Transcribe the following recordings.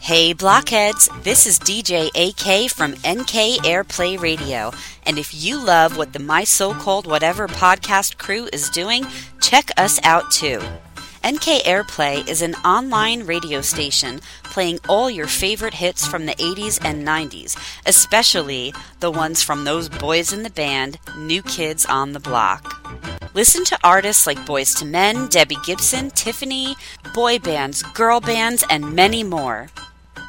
Hey Blockheads, this is DJ AK from NK Airplay Radio. And if you love what the My So Called Whatever podcast crew is doing, check us out too. NK Airplay is an online radio station playing all your favorite hits from the 80s and 90s, especially the ones from those boys in the band, New Kids on the Block. Listen to artists like Boys to Men, Debbie Gibson, Tiffany, boy bands, girl bands, and many more.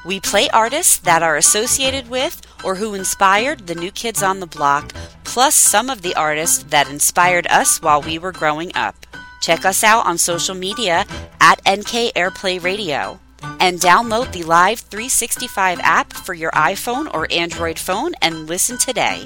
We play artists that are associated with or who inspired the new kids on the block, plus some of the artists that inspired us while we were growing up. Check us out on social media at NK Airplay Radio and download the Live 365 app for your iPhone or Android phone and listen today.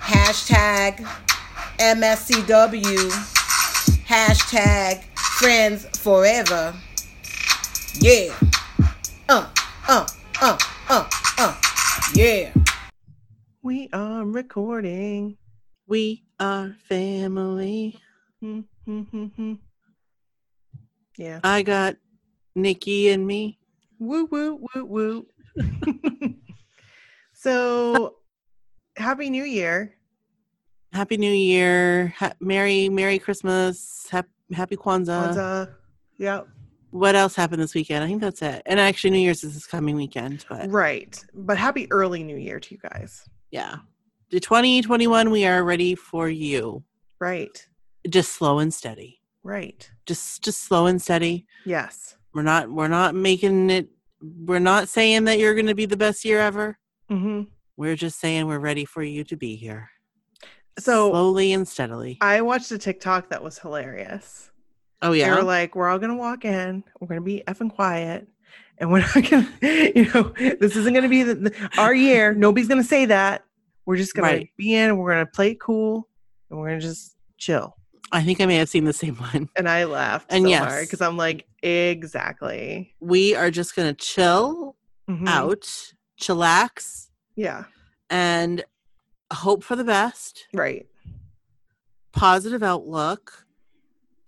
hashtag MSCW, hashtag friends forever. Yeah. Uh, uh, uh, uh, uh. Yeah. We are recording. We are family. Hmm, hmm, hmm, hmm. Yeah. I got Nikki and me. Woo, woo, woo, woo. so, happy new year. Happy New Year. Ha- Merry, Merry Christmas. Hap- Happy Kwanzaa. Kwanzaa. Yep. What else happened this weekend? I think that's it. And actually, New Year's is this coming weekend. But Right. But happy early new year to you guys. yeah, the 2021, we are ready for you. Right. Just slow and steady. Right. Just, just slow and steady. Yes. We're not, we're not making it. We're not saying that you're going to be the best year ever. hmm We're just saying we're ready for you to be here. So slowly and steadily. I watched a TikTok that was hilarious. oh They yeah. were like, we're all going to walk in. We're going to be effing quiet. And we're not going to, you know, this isn't going to be the, the- our year. Nobody's going to say that. We're just going to Right. be in. We're going to play it cool. And we're going to just chill. I think I may have seen the same one. And I laughed And so yes. because I'm like, exactly. We are just going to chill Mhm. out, chillax, Yeah. and hope for the best, Right. positive outlook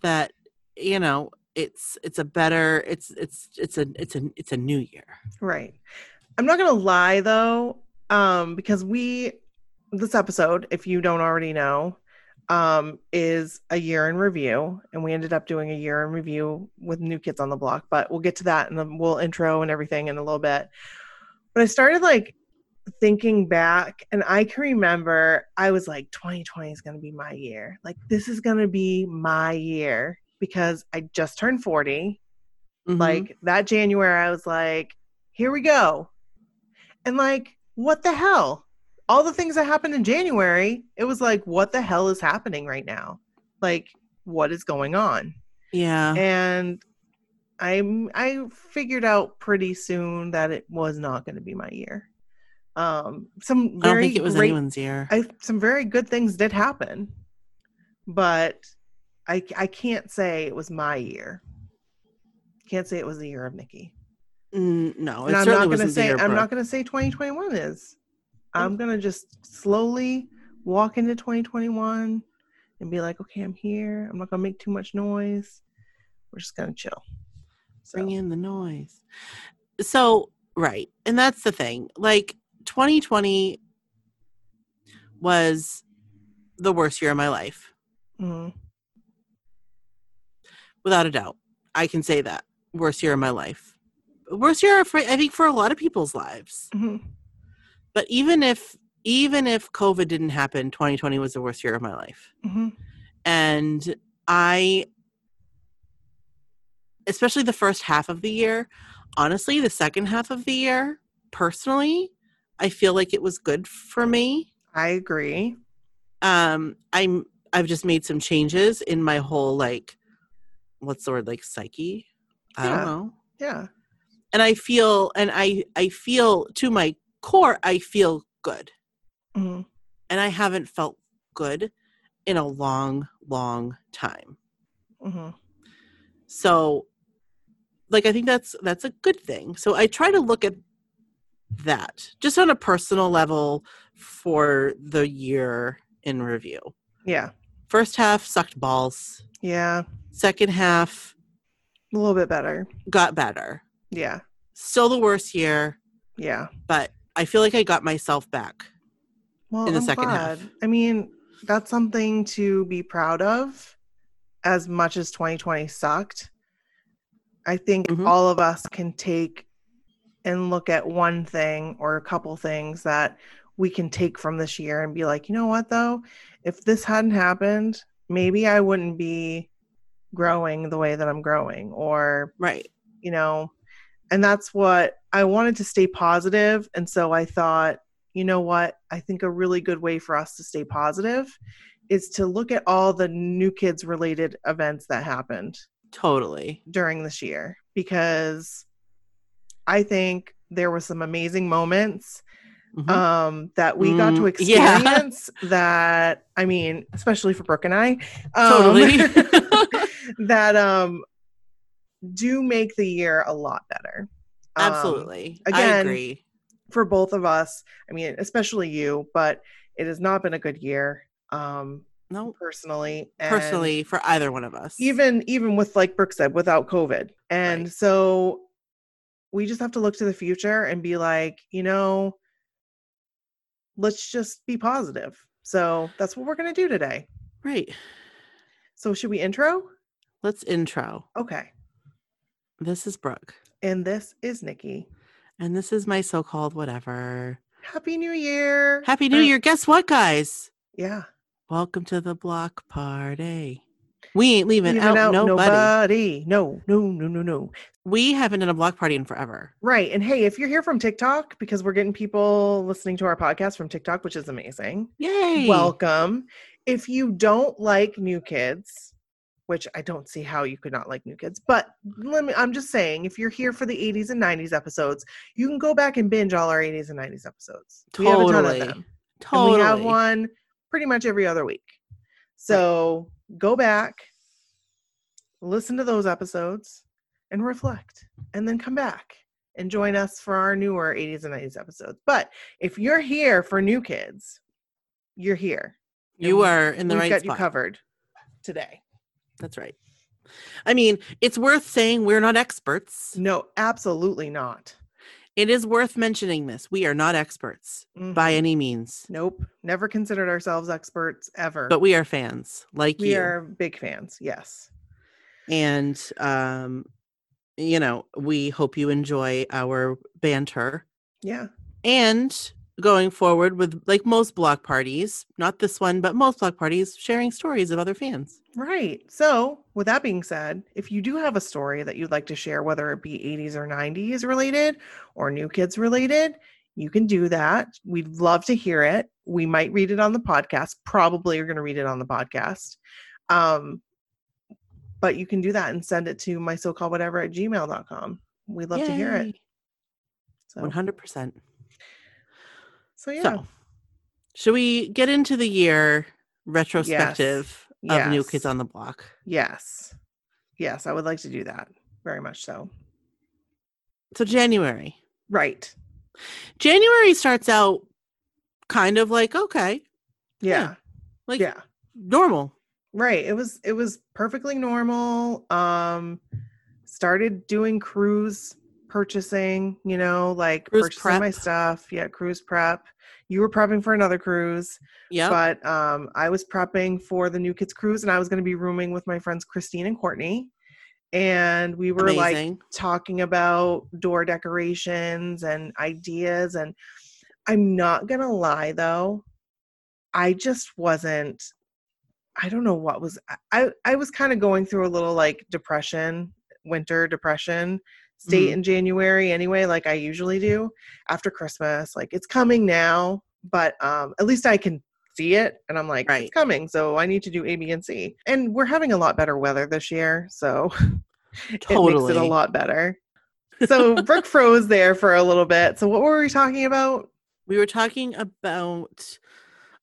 that you know it's it's a better it's it's it's a it's a it's a new year. Right. I'm not gonna lie though, um, because we this episode, if you don't already know, um, is a year in review, and we ended up doing a year in review with New Kids on the Block, but we'll get to that and then we'll intro and everything in a little bit. But I started like thinking back, and I can remember I was like, 2020 is gonna be my year. Like this is gonna be my year because I just turned 40 Mhm. like that january i was like here we go and like what the hell all the things that happened in january it was like what the hell is happening right now like what is going on yeah, and i'm i figured out pretty soon that it was not going to be my year um some I very don't think it was great anyone's year. I some very good things did happen, but I I can't say it was my year. Can't say it was the year of Nikki. Mm, no, it And I'm not certainly gonna wasn't the say year. Mm. I'm not Brooke. gonna say 2021 is. I'm gonna just slowly walk into 2021 and be like, okay, I'm here. I'm not gonna make too much noise. We're just gonna chill. So, bring in the noise. So right, and that's the thing. Like 2020 was the worst year of my life. mhm, without a doubt i can say that worst year of my life worst year for, i think for a lot of people's lives mhm. but even if even if covid didn't happen 2020 was the worst year of my life Mhm. and i especially the first half of the year honestly the second half of the year personally i feel like it was good for me I agree. um i'm i've just made some changes in my whole like what's the word like psyche i Yeah. don't know Yeah. and i feel and i i feel to my core i feel good Mhm. and i haven't felt good in a long long time Mhm. so like i think that's that's a good thing so i try to look at that just on a personal level for the year in review Yeah. first half sucked balls Yeah. second half A little bit better. got better Yeah. still the worst year Yeah. but i feel like i got myself back Well, In the I'm second glad. half. I mean, that's something to be proud of as much as 2020 sucked. I think Mhm. all of us can take and look at one thing or a couple things that we can take from this year and be like, you know what, though? If this hadn't happened, maybe I wouldn't be growing the way that I'm growing or right you know and that's what i wanted to stay positive and so i thought you know what i think a really good way for us to stay positive is to look at all the new kids related events that happened totally during this year because i think there were some amazing moments Mhm. um that we got to Mm, yeah. experience that i mean especially for brooke and i um, totally that um do make the year a lot better Um, absolutely i again, agree for both of us i mean especially you but it has not been a good year um no personally and personally for either one of us even even with like brooke said without covid and Right. so we just have to look to the future and be like you know let's just be positive so that's what we're going to do today right so should we intro let's intro okay this is brooke and this is nikki and this is my so-called whatever happy new year happy new Or- year guess what guys yeah welcome to the block party we ain't leaving Leaving out, nobody. nobody. No, no, no, no, no. we haven't done a block party in forever Right. And hey, if you're here from TikTok, because we're getting people listening to our podcast from TikTok, which is amazing, yay welcome. If you don't like new kids, which I don't see how you could not like new kids, but let me, I'm just saying, if you're here for the 80s and 90s episodes, you can go back and binge all our 80s and 90s episodes. We have totally a ton of them. totally And we have one pretty much every other week. So go back, listen to those episodes, and reflect, and then come back and join us for our newer 80s and 90s episodes. But if you're here for new kids, you're here. you are in the We've right got you spot covered today. That's right. I mean, it's worth saying we're not experts. No, absolutely not. It is worth mentioning this. We are not experts Mhm. by any means, Nope. Never considered ourselves experts ever. but we are fans like we you. are big fans. Yes. And, um, you know, we hope you enjoy our banter. Yeah. And going forward with, like most block parties, not this one, but most block parties, sharing stories of other fans. Right. So, with that being said, if you do have a story that you'd like to share, whether it be 80s or 90s related or new kids related, you can do that. We'd love to hear it. We might read it on the podcast. Probably are going to read it on the podcast. Um, but you can do that and send it to my so called whatever at gmail.com. We'd love to hear it. Yay. So, 100%. so yeah. So, should we get into the year retrospective of New Yes. Kids on the Block? Yes. Yes. I would like to do that very much so. So, January. Right. January starts out kind of like, okay, Yeah. like yeah. normal. right it was it was perfectly normal um started doing cruise purchasing you know like Cruise purchasing my prep. stuff yeah cruise prep you were prepping for another cruise Yeah. but um i was prepping for the new kids cruise and i was going to be rooming with my friends christine and courtney and we were like Amazing. talking about door decorations and ideas and i'm not gonna lie though i just wasn't i don't know what was i i was kind of going through a little like depression winter depression state Mhm. in january anyway like i usually do after christmas like it's coming now but um at least i can see it and I'm like, Right. it's coming. So I need to do A, B, and C. And we're having a lot better weather this year. So it makes it a Totally. lot better. So Brooke froze there for a little bit. So what were we talking about? we were talking about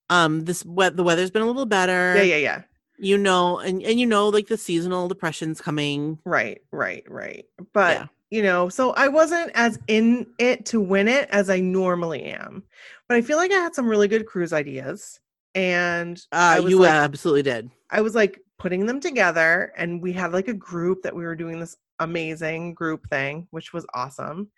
um this we- the weather's been a little better Yeah, yeah, yeah. you know and and you know like the seasonal depression's coming Right, right, right. But Yeah. you know, so I wasn't as in it to win it as I normally am. But I feel like I had some really good cruise ideas. And I uh was you like- absolutely did I was like putting them together, and we had like a group that we were doing this amazing group thing, which was awesome.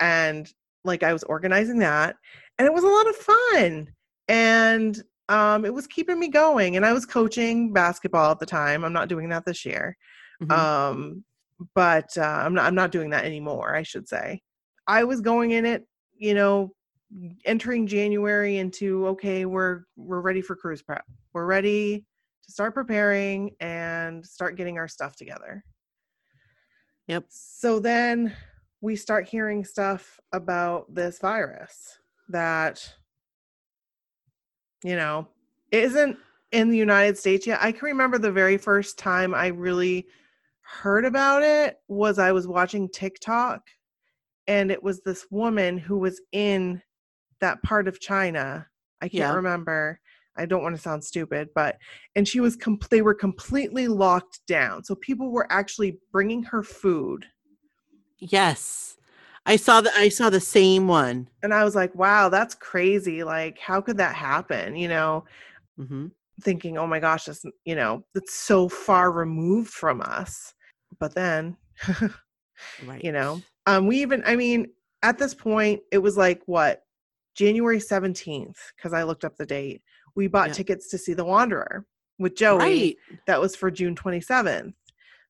And like I was organizing that, and it was a lot of fun. And um, it was keeping me going. And I was coaching basketball at the time. I'm not doing that this year. Mhm. Um, but uh, I'm not. I'm not doing that anymore. I should say. I was going in it, you know, entering January into okay, we're we're ready for cruise prep. We're ready to start preparing and start getting our stuff together. Yep. So then we start hearing stuff about this virus that you know isn't in the United States yet. I can remember the very first time I really heard about it was I was watching TikTok and it was this woman who was in that part of China. I can't Yeah. remember. I don't want to sound stupid, but and she was com- they were completely locked down. So people were actually bringing her food. yes i saw the i saw the same one And I was like, wow, that's crazy. Like how could that happen? You know, hmm thinking, oh my gosh, this, you know, it's so far removed from us. But then, right you know, um, we even, I mean, at this point, it was like what, January 17th, because I looked up the date. We bought Yeah. tickets to see The Wanderer with Joey. right That was for June 27th.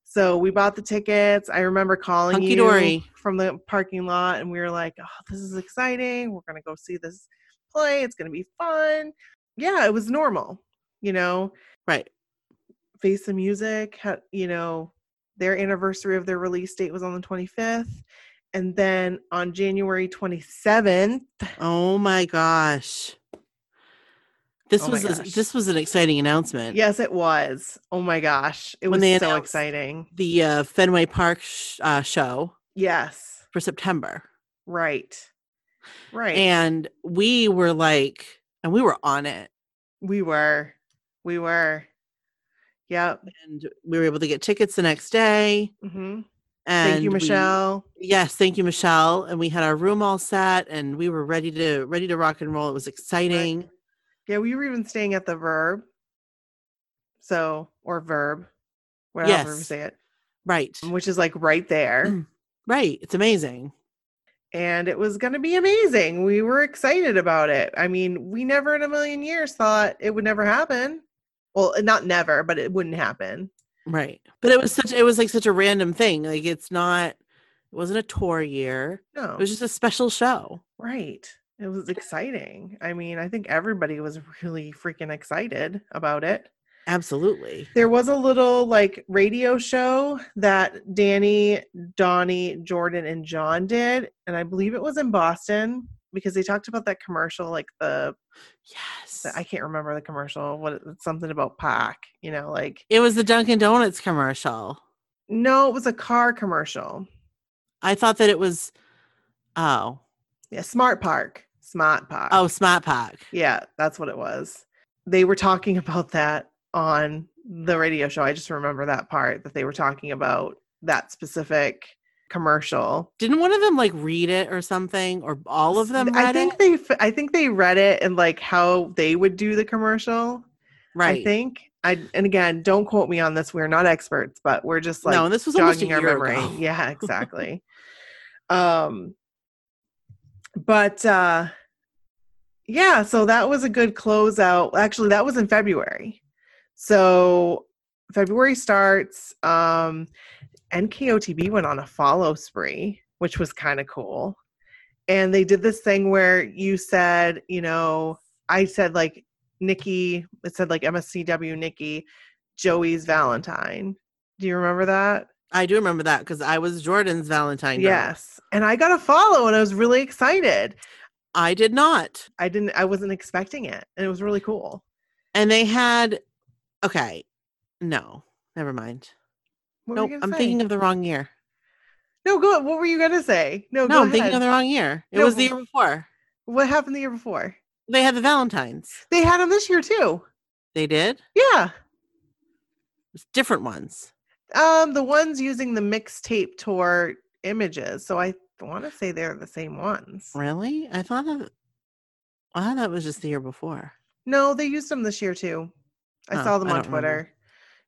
So we bought the tickets. I remember calling Hunky you dory. from the parking lot, and we were like, "Oh, this is exciting! We're gonna go see this play. It's gonna be fun." Yeah, it was normal, you know. right Face the Music had, you know, their anniversary of their release date was on the 25th, and then on January 27th, oh my gosh this Oh my was a- gosh. this was an exciting announcement yes, it was. Oh my gosh, it When was they so announced- exciting. the uh, fenway park sh- uh, show Yes, for september right, right. and we were like and we were on it We were. We were. Yep. and we were able to get tickets the next day hmm and Thank you, we- Michelle. yes thank you michelle and we had our room all set and we were ready to ready to rock and roll it was exciting Yeah, we were even staying at the Verb. So, or Verb, whatever you Yes. say it, right right, which is like right there. Mm. it's amazing and it was going to be amazing. We were excited about it. I mean, we never in a million years thought it would never happen. Well, not never, but it wouldn't happen. right but it was such it was like such a random thing like it's not it wasn't a tour year No. it was just a special show right. It was exciting. I mean, I think everybody was really freaking excited about it. absolutely There was a little like radio show that Danny, Donnie, Jordan, and John did, and I believe it was in Boston because they talked about that commercial, like the, yes the- I can't remember the commercial. What it- it's something about Pac, you know, like it was the dunkin donuts commercial no, it was a car commercial. i thought that it was oh Yeah, Smart Park, Smart Park. oh smart pack yeah, that's what it was. They were talking about that on the radio show. I just remember that part that they were talking about that specific commercial didn't one of them like read it or something or all of S- them read I think it they f- I think they read it and like how they would do the commercial. right I think. I and again, don't quote me on this. We're not experts, but we're just like no and this was almost a jogging year our memory. ago Yeah, exactly. um but uh yeah, so that was a good closeout. Actually, that was in February. So February starts. Um NKOTB went on a follow spree, which was kind of cool. And they did this thing where you said, you know, I said like Nikki, it said like MSCW Nikki, Joey's Valentine. Do you remember that? I do remember that because I was Jordan's Valentine. girl. Yes. And I got a follow and I was really excited. I did not. I didn't I wasn't expecting it. And it was really cool. and they had okay no never mind What were you nope gonna i'm say? thinking of the wrong year No, go. What were you gonna say? No, no Oh, go i'm thinking of ahead. the wrong year it No, was the but- year before What happened the year before? they had the valentines They had them this year too. they did Yeah. It's different ones Um, the ones using the mixtape tour images. So I want to say they're the same ones. really i thought that i thought that was just the year before No, they used them this year too. I Oh, saw them I on don't remember. Twitter.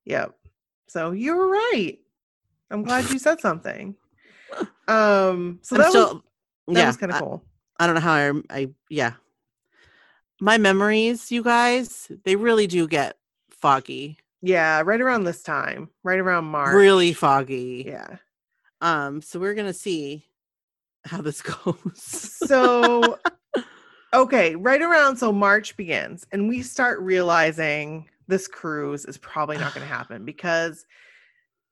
Yep. So you were right. I'm glad you said something. Um, so I'm that was still that yeah was kind I- of cool. I don't know how I, rem- I yeah. My memories, you guys, they really do get foggy, Yeah, right around this time, right around March. really foggy. Yeah. Um, so we're gonna see how this goes. So okay, right around so March begins and we start realizing this cruise is probably not going to happen because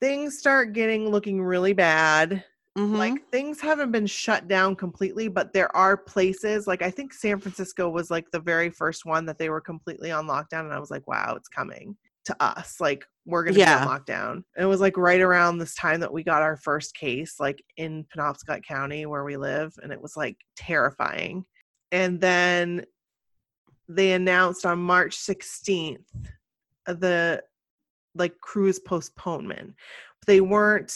things start getting looking really bad. Mhm. like things haven't been shut down completely but there are places like i think san francisco was like the very first one that they were completely on lockdown and i was like wow it's coming to us like we're gonna be Yeah. on lockdown and it was like right around this time that we got our first case like in penobscot county where we live and it was like terrifying and then they announced on march 16th the like cruise postponement they weren't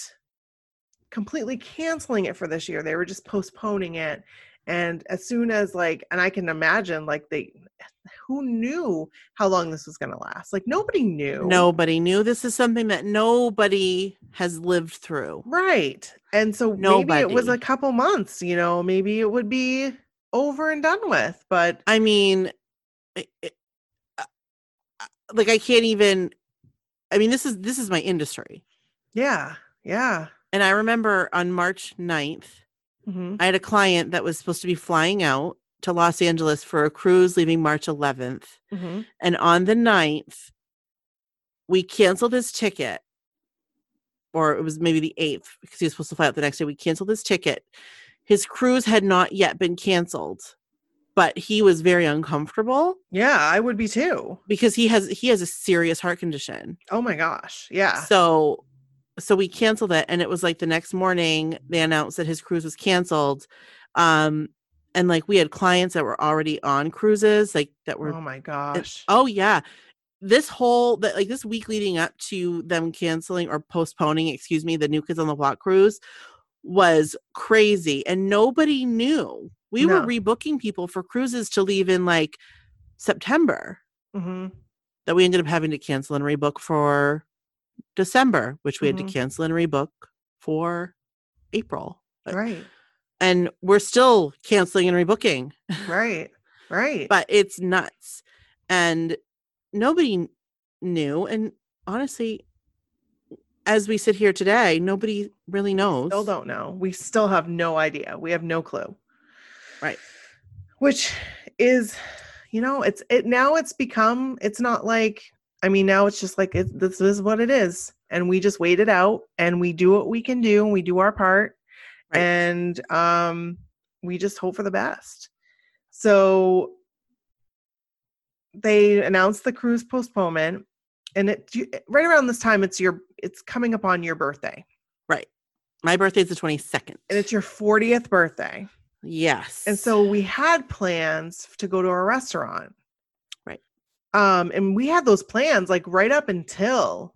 completely canceling it for this year. They were just postponing it. And as soon as like, and I can imagine like they, who knew how long this was going to last? Like nobody knew. nobody knew this is something that nobody has lived through. Right. And so maybe it was a Nobody. couple months, you know, maybe it would be over and done with, but I mean, I- I- I- I- like I can't even. I mean, this is this is my industry, yeah. Yeah. and I remember on March 9th, Mhm. I had a client that was supposed to be flying out to Los Angeles for a cruise leaving March 11th. Mhm. And on the 9th, we canceled his ticket, or it was maybe the 8th because he was supposed to fly out the next day. We canceled his ticket. His cruise had not yet been canceled, but he was very uncomfortable Yeah. I would be too. because he has he has a serious heart condition. Oh my gosh. Yeah. So so we canceled it and it was like the next morning they announced that his cruise was canceled. Um and like we had clients that were already on cruises like that were Oh my gosh. oh yeah. This whole that like this week leading up to them canceling or postponing, excuse me, the New Kids on the Block cruise was crazy and nobody knew. We were No. rebooking people for cruises to leave in like September Mhm. that we ended up having to cancel and rebook for December, which we had Mhm. to cancel and rebook for April. But- Right. And we're still canceling and rebooking, Right. Right. but it's nuts. And nobody kn- knew. And honestly, as we sit here today, nobody really knows. still don't know. We still have no idea. We have no clue. Right. Which is, you know, it's it now it's become it's not like I mean now it's just like it, this is what it is and we just wait it out and we do what we can do and we do our part Right. and um we just hope for the best. So they announced the cruise postponement and it right around this time it's your it's coming upon your birthday Right. My birthday's the 22nd. and it's your 40th birthday. yes. And so we had plans to go to a restaurant. Right. Um, and we had those plans like right up until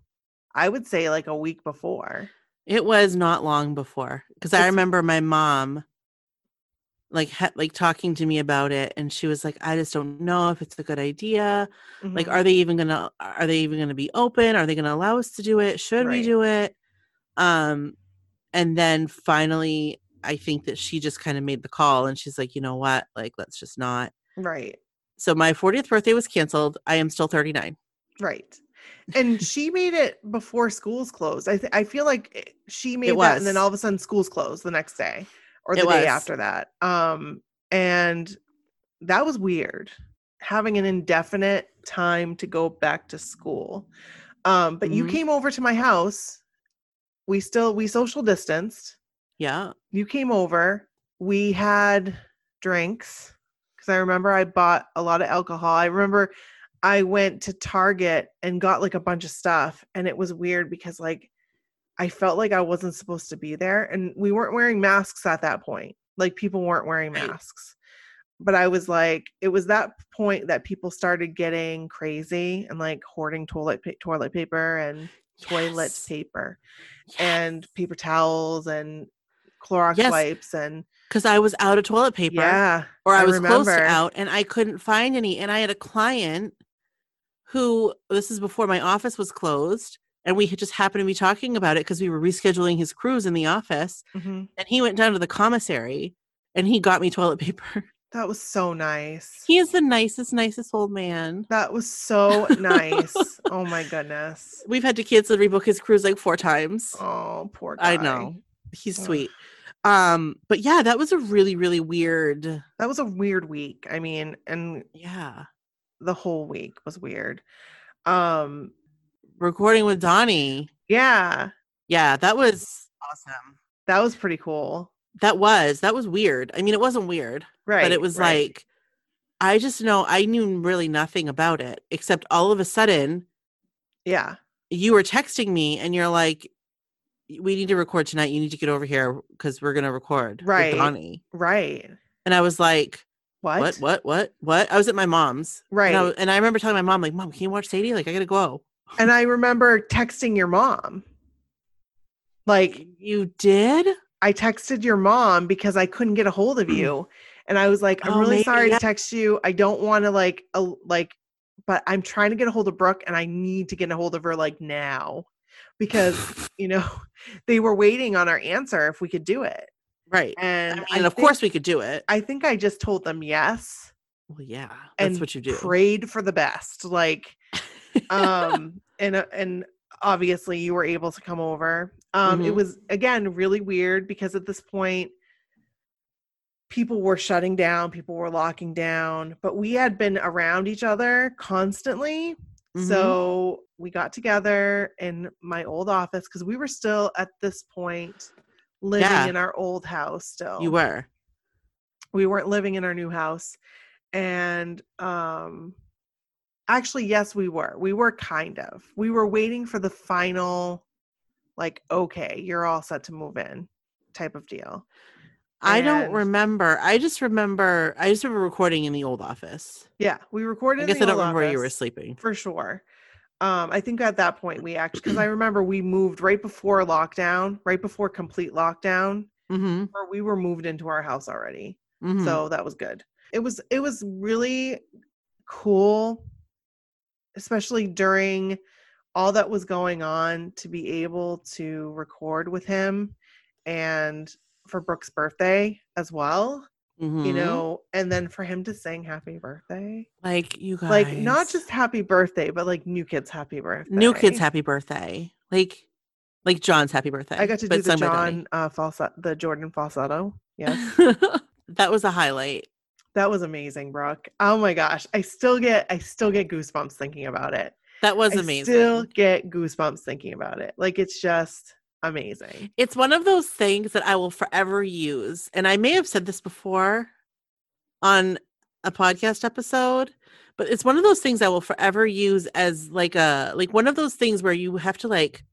I would say like a week before. It was not long before because I It's- remember my mom like ha- like talking to me about it and she was like I just don't know if it's a good idea. Like Mhm. are they even going to are they even going to be open? Are they going to allow us to do it? Should Right. we do it? Um and then finally I think that she just kind of made the call and she's like, "You know what? Like let's just not." right, So my 40th birthday was canceled. I am still 39. right. And she made it before schools closed. I th- I feel like it- she made that, and then was. all of a sudden schools closed the next day or the It day was. after that. Um, and that was weird having an indefinite time to go back to school. Um, but you Mhm. came over to my house. We still we social distanced. Yeah. You came over. We had drinks because I remember I bought a lot of alcohol. I remember I went to Target and got like a bunch of stuff. And it was weird because like I felt like I wasn't supposed to be there. And we weren't wearing masks at that point. Like people weren't wearing Right. masks. But I was like, it was that point that people started getting crazy and like hoarding toilet pa- toilet paper and toilet paper and paper towels and Clorox Yes. wipes and because I was out of toilet paper. yeah, or I, I was close remember. to out and I couldn't find any. And I had a client who this is before my office was closed, and we had just happened to be talking about it because we were rescheduling his cruise in the office. Mhm. And he went down to the commissary and he got me toilet paper. that was so nice. He is the nicest, nicest old man. That was so nice. oh my goodness. We've had to cancel rebook his cruise like four times. Oh, poor guy. I know. He's Ugh. sweet. Um, but yeah, that was a really, really weird. That was a weird week. I mean, and Yeah. the whole week was weird. Um, Recording with Donnie. yeah, Yeah, that was awesome. that was pretty cool. That was that was weird. I mean, it wasn't weird, Right. but it was right. like I just know I knew really nothing about it except all of a sudden yeah, you were texting me and you're like, "We need to record tonight. You need to get over here because we're gonna record." with Right. Donnie. right. And I was like, What? "What? What? What? What?" I was at my mom's, Right. And I, and I remember telling my mom, "Like, mom, can you watch Sadie? Like, I gotta go." and I remember texting your mom. Like, you did? I texted your mom because I couldn't get a hold of you, and I was like, "I'm Mm. Oh, really maybe, sorry yeah. to text you. I don't want to like, a, like, but I'm trying to get a hold of Brooke, and I need to get a hold of her like now, because you know they were waiting on our answer if we could do it, Right. and And, I and of think- course we could do it. I think I just told them yes well, yeah, and that's what you do. prayed for the best, like, um, and uh, and obviously you were able to come over. Um, it Mhm. was again really weird because at this point people were shutting down, people were locking down, but we had been around each other constantly. Mhm. So we got together in my old office because we were still at this point living Yeah. in our old house still. you were. We weren't living in our new house. And um actually yes, we were. We were kind of. We were waiting for the final like okay, you're all set to move in type of deal. I don't and- remember. I just remember. I just remember recording in the old office. Yeah, we recorded I in guess the I don't old remember where you were office. sleeping. for sure. Um, I think at that point we actually, because I remember we moved right before lockdown, right before complete lockdown, hmm or we were moved into our house already. mm-hmm, So that was good. It was it was really cool, especially during all that was going on, to be able to record with him, and for Brooke's birthday as well. Mm-hmm. You know, and then for him to sing happy birthday like you guys, like not just happy birthday, but like new kids happy birthday. new kids happy birthday, like like John's happy birthday. I got to but do the sung by Donnie. John uh, falsetto, the Jordan falsetto. Yes, that was a highlight. that was amazing, Brooke. Oh my gosh, I still get I still get goosebumps thinking about it. That was I amazing. Still get goosebumps thinking about it. Like it's just amazing. it's one of those things that I will forever use. And I may have said this before on a podcast episode, but it's one of those things I will forever use as like a like one of those things where you have to like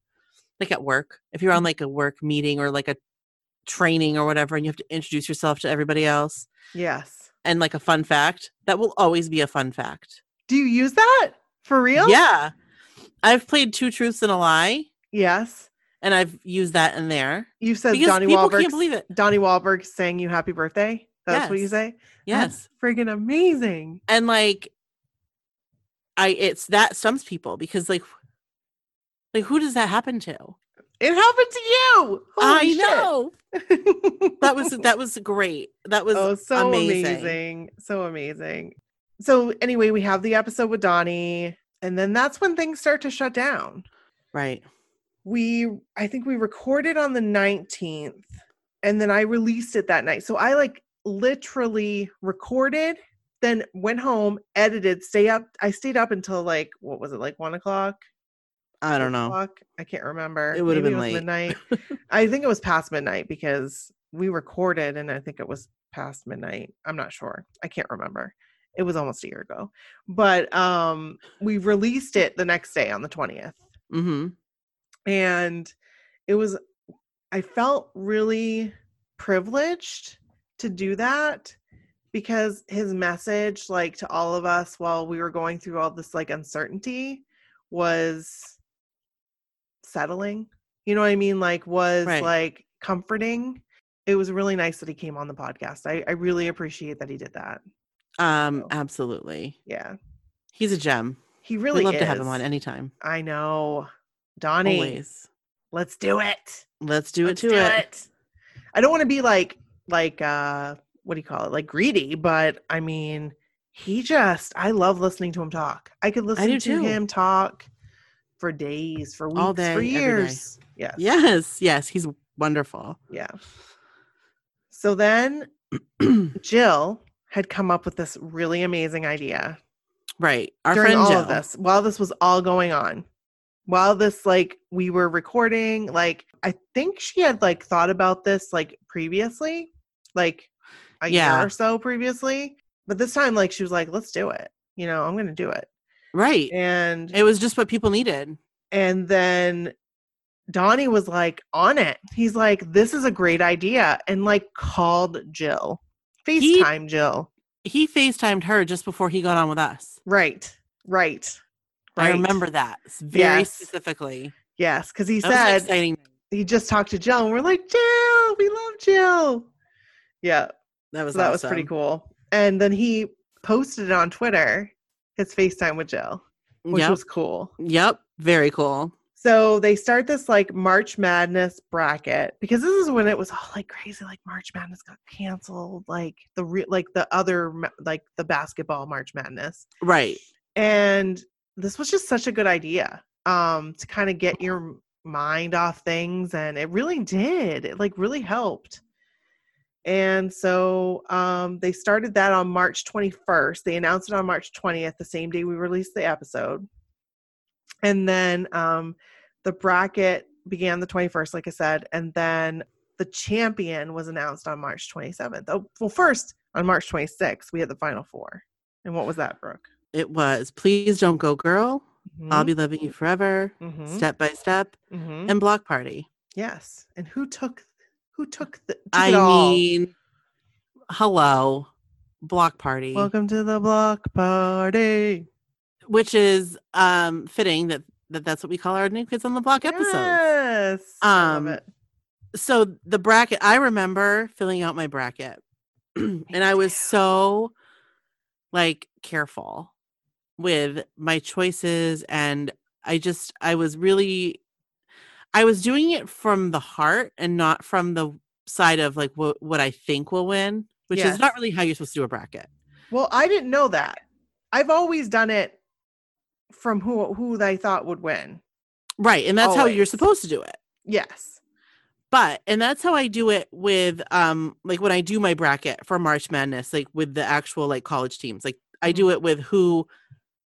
like at work, if you're on like a work meeting or like a training or whatever and you have to introduce yourself to everybody else Yes. and like a fun fact, that will always be a fun fact. Do you use that for real? Yeah. I've played two truths and a lie Yes. and I've used that in there. You said Because Donnie people Wahlberg. can't believe it. Donnie Wahlberg sang you happy birthday. That's what you Yes. say. Yes. That's friggin' amazing. and like i it's that stumps people because like like who does that happen to Oh, It happened to you. Holy i shit. know that was that was great that was oh so amazing. amazing. so amazing so anyway we have the episode with donnie and then that's when things start to shut down right we i think we recorded on the 19th and then i released it that night so i like literally recorded then went home edited stay up i stayed up until like what was it like one o'clock i don't two know o'clock? i can't remember It would've Maybe been was late. midnight i think it was past midnight because we recorded and i think it was past midnight i'm not sure i can't remember it was almost a year ago but um we released it the next day on the 20th Mm-hmm. and it was i felt really privileged to do that because his message like to all of us while we were going through all this like uncertainty was settling you know what i mean like was Right. like comforting it was really nice that he came on the podcast I, I really appreciate that he did that Um, So. absolutely. yeah He's a gem. he I'd really love is. to have him on anytime. i know donnie Always. let's do it Let's do Let's it to it. I don't want to be like like uh what do you call it? Like greedy, but I mean, he just I love listening to him talk. I could listen to do too. him talk for days, for weeks, All for day, every day. years. Yes. Yeah. Yes, yes, he's wonderful. Yeah. So then Jill had come up with this really amazing idea right. Our during friend all Jill. of this while this was all going on while this like we were recording like i think she had like thought about this like previously like a Yeah. year or so previously but this time like she was like let's do it you know i'm gonna do it Right. and It was just what people needed. and then donnie was like on it he's like this is a great idea and like called jill He- facetime jill He FaceTimed her just before he got on with us. right right I right. remember that s- very Yes. specifically. yes because he That was an said exciting. he just talked to Jill, and we're like, Jill, we love Jill. Yeah, That was so that was pretty awesome. cool. And then he posted it on Twitter, his FaceTime with Jill, which Yep. was cool. yep. Very cool. So they start this like March Madness bracket because this is when it was all like crazy, like March Madness got canceled, like the re- like the other ma- like the basketball March Madness, Right. and this was just such a good idea um to kind of get your mind off things and it really did it like really helped and so um they started that on march 21st they announced it on march 20th the same day we released the episode and then um the bracket began the 21st like i said and then the champion was announced on march 27th oh well first on march 26th we had the final four and what was that brooke It was. Please don't go, girl. I'll Mm-hmm. be loving you forever. Mhm, Step by step mhm. and block party. Yes. And who took who took the took Mm, I it all? mean, hello, block party, Welcome to the block party. which is um fitting that, that that's what we call our new kids on the block episodes. Yes. I love Um, it. so the bracket i remember filling out my bracket and i was too. so like careful with my choices and i just i was really i was doing it from the heart and not from the side of like what, what i think will win which is Yes. not really how you're supposed to do a bracket Well, I didn't know that. I've always done it from who who they thought would win. right and that's how you're Always. supposed to do it Yes. but and that's how i do it with um like when i do my bracket for march madness like with the actual like college teams like i Mm-hmm. do it with who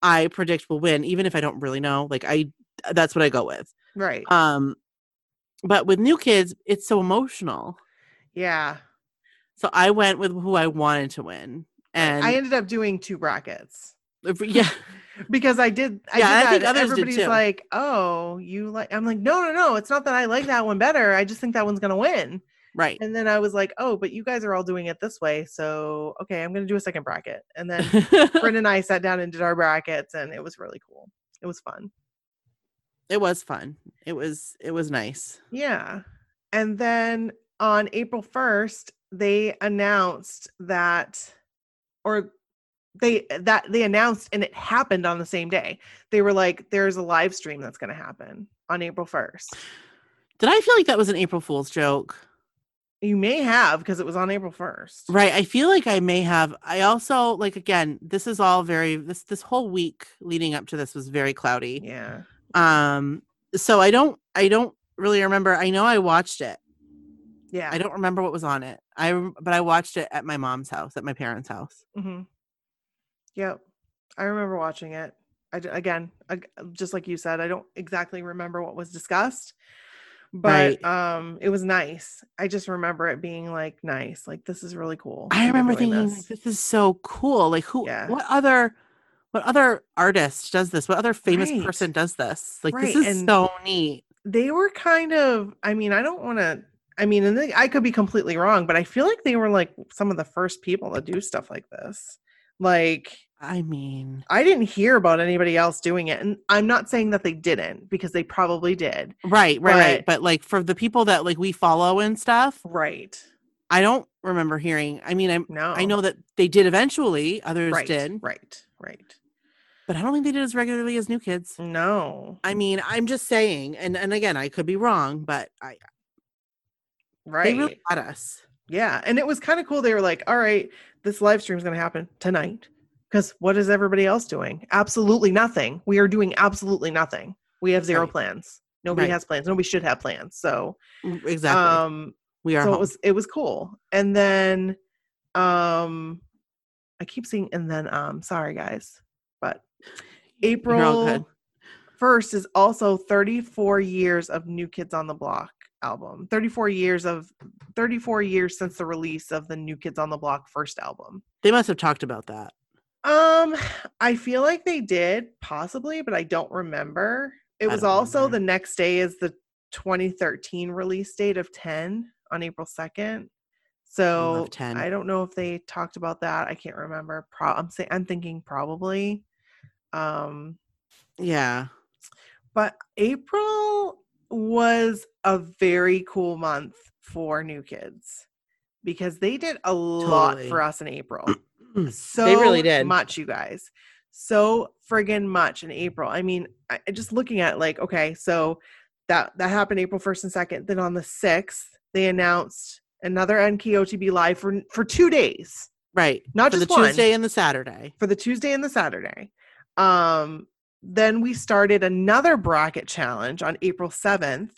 i predict will win even if i don't really know like i that's what i go with Right. um but with new kids it's so emotional yeah. so i went with who i wanted to win and I ended up doing two brackets. if- yeah because I did. I did Yeah, I that think and others did everybody's too. like, "Oh, you like?" I'm like, "No, no, no. It's not that I like that one better. I just think that one's gonna win." right And then I was like, "Oh, but you guys are all doing it this way, so okay, I'm gonna do a second bracket." And then Bryn and I sat down and did our brackets, and it was really cool. It was fun. it was fun it was it was nice Yeah. And then on April 1st, they announced that or they that they announced and it happened on the same day. They were like there's a live stream that's going to happen on April 1st. did i feel like that was an april fool's joke You may have because it was on April 1st. Right. I feel like I may have. I also like again, this is all very this this whole week leading up to this was very cloudy. Yeah. Um so I don't I don't really remember. I know I watched it. Yeah. I don't remember what was on it. I rem- but I watched it at my mom's house, at my parents' house. Mm-hmm. Yep. I remember watching it. I, d- again, ag- just like you said, I don't exactly remember what was discussed, but um it was nice i just remember it being like nice like this is really cool that I you're remember doing thinking this. like, this is so cool. Like who Yeah. what other what other artist does this? What other famous Right. person does this? Like Right, this is and- so neat. they were kind of i mean i don't want to i mean and they, i could be completely wrong but i feel like they were like some of the first people to do stuff like this like I mean, i didn't hear about anybody else doing it and i'm not saying that they didn't because they probably did right, right, right. But- But like for the people that like we follow and stuff, right I don't remember hearing. I mean, I am no I know that they did eventually, others Oh. right did, right right but I don't think they did as regularly as New Kids. no I mean, I'm just saying, and and again, I could be wrong, but I right they really got us. Yeah. And it was kind of cool. They were like, all right, this live stream is going to happen tonight. Because what is everybody else doing? Absolutely nothing. We are doing absolutely nothing. We have zero Right. plans. Nobody Right. has plans. Nobody should have plans. So, Mm, Exactly, um, we are. so it home. was it was cool. And then, um, I keep seeing and then um, sorry guys, but You're all good. April first is also 34 years of New Kids on the Block album. 34 years of 34 years since the release of the New Kids on the Block first album. They must have talked about that. Um, I feel like they did possibly, but I don't remember. It I was don't also remember. the next day is the 2013 release date of 10 on April 2nd. So 10. I don't know if they talked about that. I can't remember. Pro- I'm saying I'm thinking probably. Um, Yeah. but April was a very cool month for New Kids because they did a lot Totally. for us in April so really did. much you guys so friggin much in april i mean I, I just looking at it, like okay so that that happened april 1st and 2nd then on the 6th they announced another nkotb live for for two days Right. Not For just the one. Tuesday and the Saturday. for the tuesday and the saturday um then we started another bracket challenge on april 7th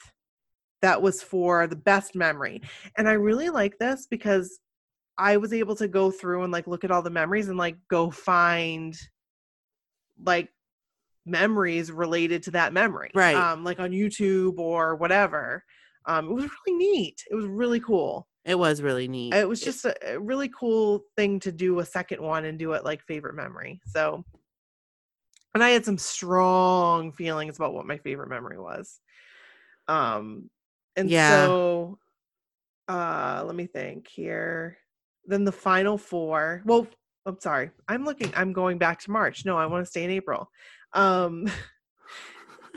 that was for the best memory and i really like this because i was able to go through and like look at all the memories and like go find like memories related to that memory Right. um like on youtube or whatever um it was really neat it was really cool It was really neat. it was just a a really cool thing to do a second one and do it like favorite memory so and i had some strong feelings about what my favorite memory was um and Yeah. so uh let me think here then the final four well i'm sorry i'm looking i'm going back to march no i want to stay in april um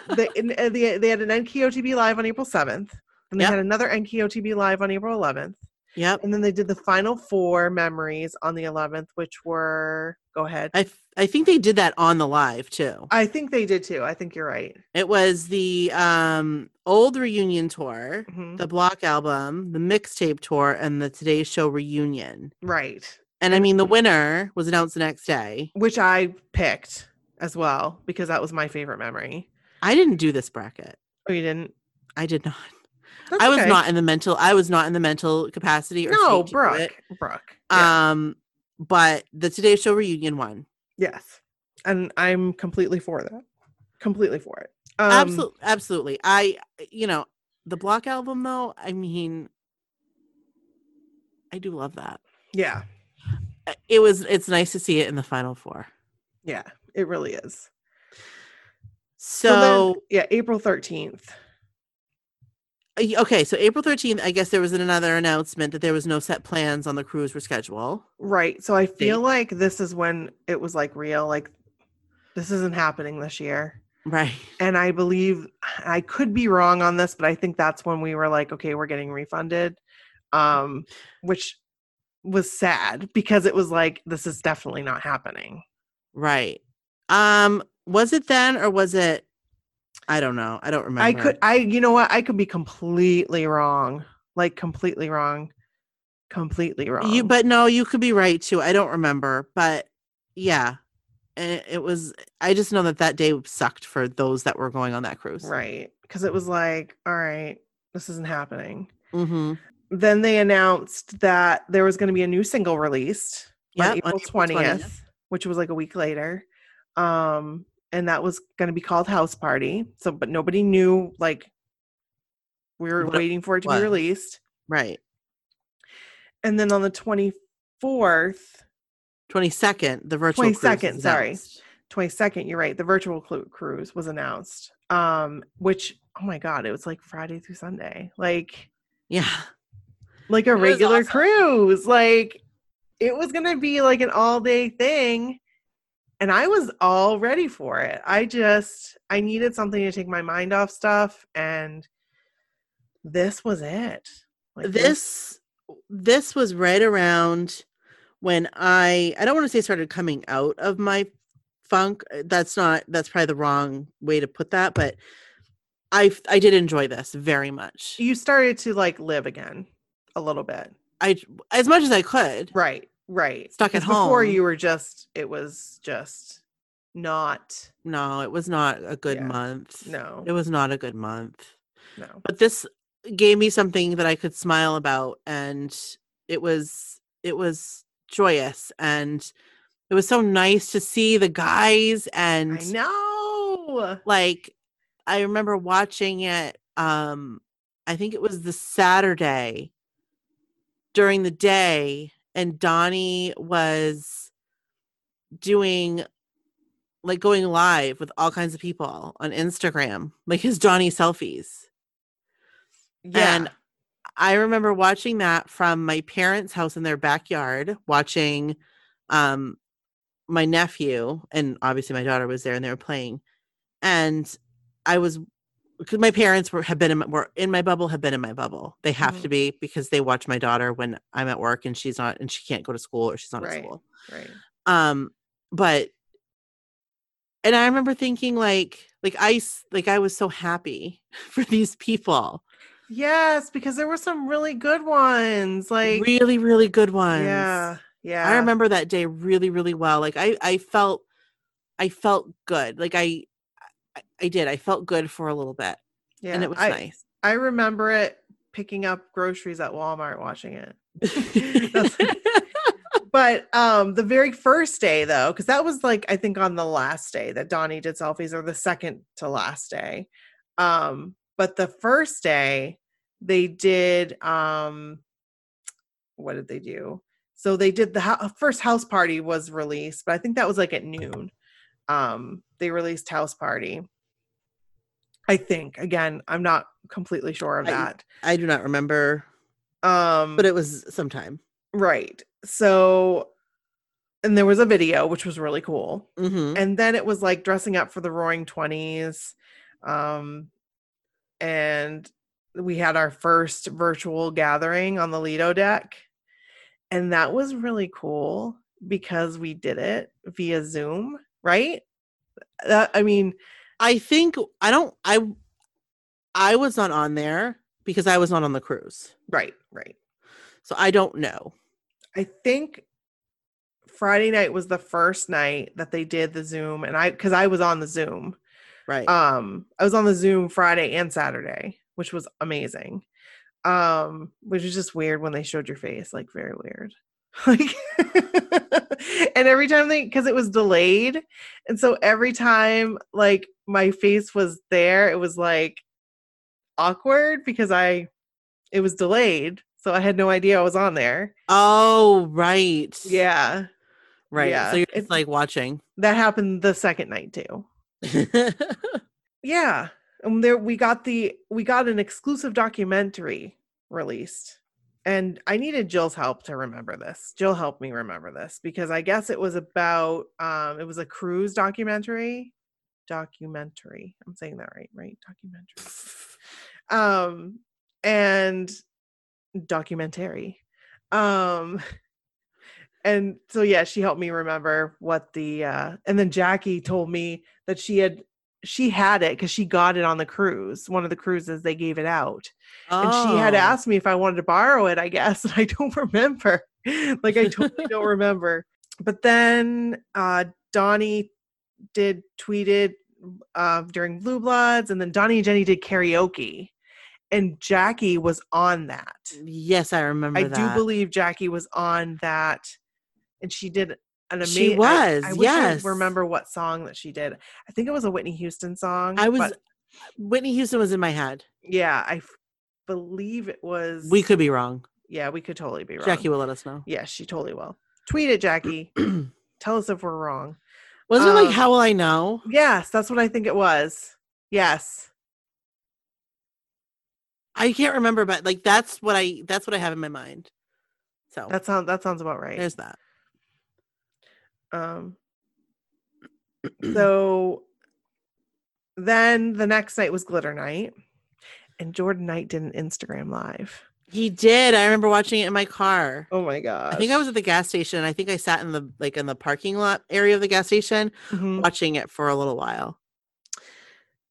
they, and, uh, they, they had an nkotb live on april 7th and they Yep. had another nkotb live on april 11th Yep. and then they did the final four memories on the 11th, which were go ahead. I f- I think they did that on the live too. I think they did too. I think you're right. It was the um old reunion tour, Mhm. the block album, the mixtape tour, and the Today Show reunion. Right. And I mean the winner was announced the next day. Which I picked as well because that was my favorite memory. I didn't do this bracket. Oh, you didn't? I did not. That's I was okay. not in the mental I was not in the mental capacity or No, state to do Brooke. it. Brooke. Yeah. Um but the Today Show reunion won. yes. And I'm completely for that. Completely for it. Um, absolutely absolutely i you know the block album though i mean i do love that Yeah. Uh, it was it's nice to see it in the final four Yeah. It really is. so, then, yeah, April 13th. uh, y- okay so april 13th i guess there was another announcement that there was no set plans on the cruise reschedule Right. So I feel Date. like this is when it was like real, like this isn't happening this year. right and I believe I could be wrong on this, but I think that's when we were like, okay, we're getting refunded, um, which was sad because it was like this is definitely not happening. right um was it then or was it i don't know i don't remember I could, I you know what, I could be completely wrong, like completely wrong, completely wrong. You, but no, you could be right too. I don't remember, but yeah, and it- it was. I just know that that day sucked for those that were going on that cruise. right because it was like, all right, this isn't happening. Mm-hmm. Then they announced that there was going to be a new single released. Yeah. on April twentieth, which was like a week later. Um, and that was going to be called House Party. So, but nobody knew like We were What it waiting for it to was. be released. Right. And then on the 24th, 22nd, the virtual cruise 22nd, is sorry. announced. 22nd, you're right, the virtual clu- cruise was announced. Um, which oh my god, it was like Friday through Sunday. Like Yeah. like a was regular awesome. cruise. Like it was gonna be like an all day thing. And I was all ready for it. I just I needed something to take my mind off stuff and this was it. Like this this was right around when i i don't want to say started coming out of my funk uh, that's not that's probably the wrong way to put that but i f- i did enjoy this very much you started to like live again a little bit. i as much as i could Right, right. Stuck at 'Cause Before home. you were just it was just not no it was not a good Yeah. month no. it was not a good month No. but this gave me something that i could smile about and it was it was joyous and it was so nice to see the guys and I know. like i remember watching it um i think it was the saturday during the day and donnie was doing like going live with all kinds of people on instagram like his donnie selfies Yeah. and i remember watching that from my parents house in their backyard watching um my nephew and obviously my daughter was there and they were playing and i was because my parents were have been in my, were in my bubble have been in my bubble they have Mm-hmm. to be because they watch my daughter when i'm at work and she's not and she can't go to school or she's not at Right. school right. um but and i remember thinking like like i s- like i was so happy for these people Yes, because there were some really good ones. Like really really good ones Yeah. Yeah. i remember that day really really well like i i felt i felt good like i i, I did i felt good for a little bit yeah. and it was I, nice I remember it picking up groceries at Walmart watching it. That's- it But um the very first day though, because that was like I think on the last day that Donnie did selfies or the second to last day. Um, but the first day they did um what did they do? So they did the ho- first house party was released, but I think that was like at noon. Um, they released house party. I think again, I'm not completely sure of I- that. i do not remember Um, but it was sometime right. So, and there was a video, which was really cool. mm-hmm. And then it was like dressing up for the Roaring Twenties, um, and we had our first virtual gathering on the Lido deck, and that was really cool because we did it via Zoom, right? That I mean, i think i don't i i was not on there because i was not on the cruise right, right. so i don't know I think Friday night was the first night that they did the Zoom, and I because I was on the Zoom. right Um, I was on the Zoom Friday and Saturday, which was amazing. Um, which is just weird when they showed your face, like very weird. Like, and every time they because it was delayed, and so every time like my face was there, it was like awkward because I it was delayed, so I had no idea I was on there. oh right Yeah, right yeah. so you're just It's- like watching that happened the second night too. Yeah. And there we got the we got an exclusive documentary released. And I needed Jill's help to remember this. Jill helped me remember this because I guess it was about um it was a cruise documentary. Documentary. I'm saying that right, right? Documentary. Um and documentary. Um and so yeah, she helped me remember what the uh and then Jackie told me that she had she had it because she got it on the cruise, one of the cruises they gave it out. And she had Oh. asked me if I wanted to borrow it, I guess. And I don't remember. like I totally don't remember. But then uh Donnie did tweeted uh during Blue Bloods, and then Donnie and Jenny did karaoke. And Jackie was on that. Yes, I remember. I that. do believe Jackie was on that, and she did an amazing. She was, I, I yes. Wish I remember what song that she did. I think it was a Whitney Houston song. I was. but Whitney Houston was in my head. yeah, I f- believe it was. We could be wrong. Yeah, we could totally be wrong. Jackie will let us know. Yeah, she totally will. Tweet it, Jackie. Tell us if we're wrong. Wasn't it Um, like how will I know? Yes, that's what I think it was. Yes. I can't remember, but like that's what I that's what I have in my mind. So That sounds that sounds about right. there's that. Um, so then the next night was glitter night, and Jordan Knight did an Instagram live. He did. I remember watching it in my car. Oh my god! I think I was at the gas station. and I think I sat in the like in the parking lot area of the gas station watching it for a little while. Mm-hmm.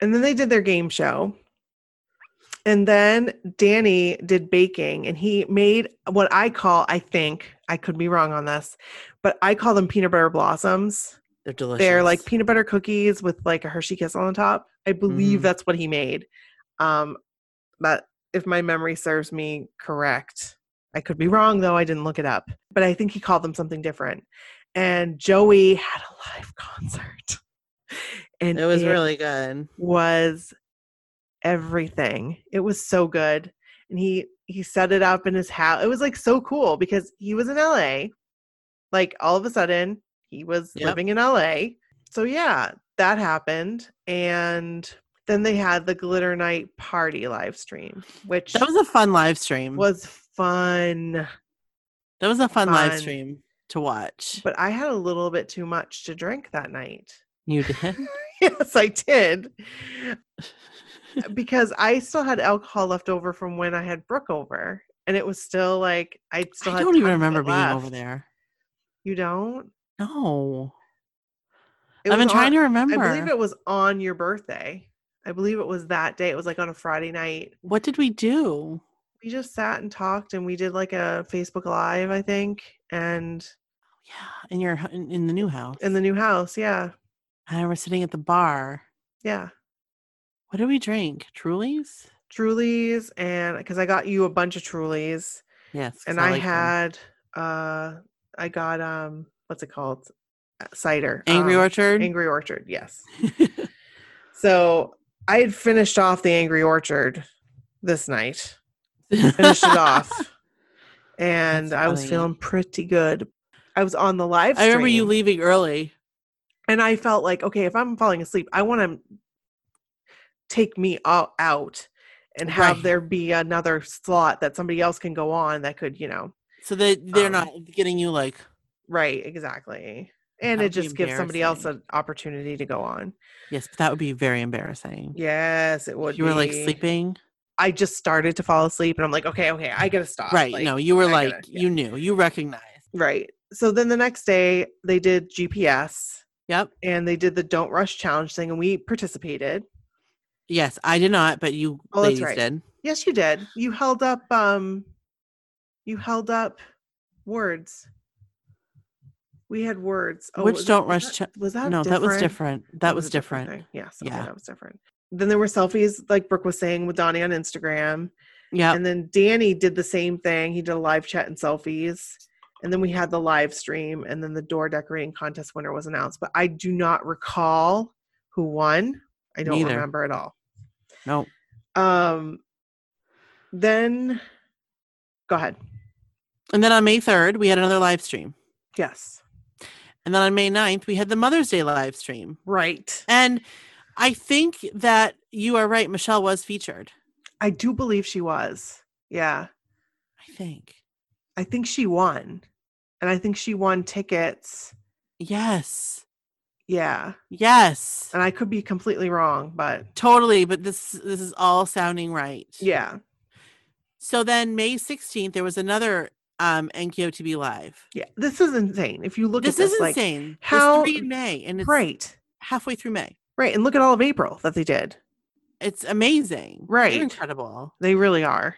And then they did their game show. And then Danny did baking and he made what I call, I think, I could be wrong on this, but I call them peanut butter blossoms. They're delicious. They're like peanut butter cookies with like a Hershey kiss on the top. I believe Mm. that's what he made. Um, but if my memory serves me correct, I could be wrong though. I didn't look it up, but I think he called them something different. And Joey had a live concert, and it was really good. was everything. It was so good, and he he set it up in his house. It was like so cool because he was in LA, like all of a sudden he was Yep. living in LA. So yeah, that happened, and then they had the glitter night party live stream, which That was a fun live stream. was fun. that was a fun, live fun. stream to watch. But I had a little bit too much to drink that night. you did. yes, I did. because I still had alcohol left over from when I had Brooke over, and it was still like I still. I had don't even tons of it remember being over left. there. You don't. No. It I've was been trying on- to remember. I believe it was on your birthday. I believe it was that day. It was like on a Friday night. what did we do? We just sat and talked, and we did like a Facebook Live, I think, and Yeah, in your in, in the new house. in the new house. Yeah, and we're sitting at the bar. yeah. What did we drink? Truly's? Trulies, and because I got you a bunch of Trulies. Yes. 'cause and I, like them. had uh I got um what's it called Uh, cider Angry um, Orchard. Angry Orchard yes so I had finished off the Angry Orchard this night finished it off and That's I was funny. feeling pretty good I was on the live I remember you stream, leaving early. and I felt like okay if I'm falling asleep I want to take me all out and have Right. there be another slot that somebody else can go on that could you know So they they're Um, not getting you like Right, exactly. And it That would be just gives somebody else an embarrassing. opportunity to go on. yes, but that would be very embarrassing. Yes, it would. you were like be. sleeping. I just started to fall asleep, and I'm like, okay, okay, I gotta stop. right. uh, like- no, you were I gotta- like you knew. You recognized. right. So then the next day they did GPS Yep. and they did the don't rush challenge thing, and we participated. Yes, I did not, but you Oh, that's ladies right. did. Yes, you did. You held up. Um, you held up words. We had words. Oh, Which was don't was rush That, was that no, that was different? different. That, was, different. thing. Yes. Yeah. Yeah. That was different. Then there were selfies, like Brooke was saying, with Donnie on Instagram. Yeah. And then Danny did the same thing. He did a live chat and selfies. And then we had the live stream. And then the door decorating contest winner was announced. But I do not recall who won. I don't Neither. remember at all. No. Um, then go ahead. And then on May 3rd, we had another live stream. Yes. And then on May 9th, we had the Mother's Day live stream. Right. And I think that you are right. Michelle was featured. I do believe she was. Yeah. I think. I think she won. And I think she won tickets. Yes. Yeah. Yes. and I could be completely wrong, but Totally. But this this is all sounding right. yeah, So then May 16th, there was another um NKOTB live. yeah, this is insane. If you look This at is this, like, insane. There's how- three in May and it's right, halfway through May. right, and look at all of April that they did. It's amazing. They're Right. incredible. They really are.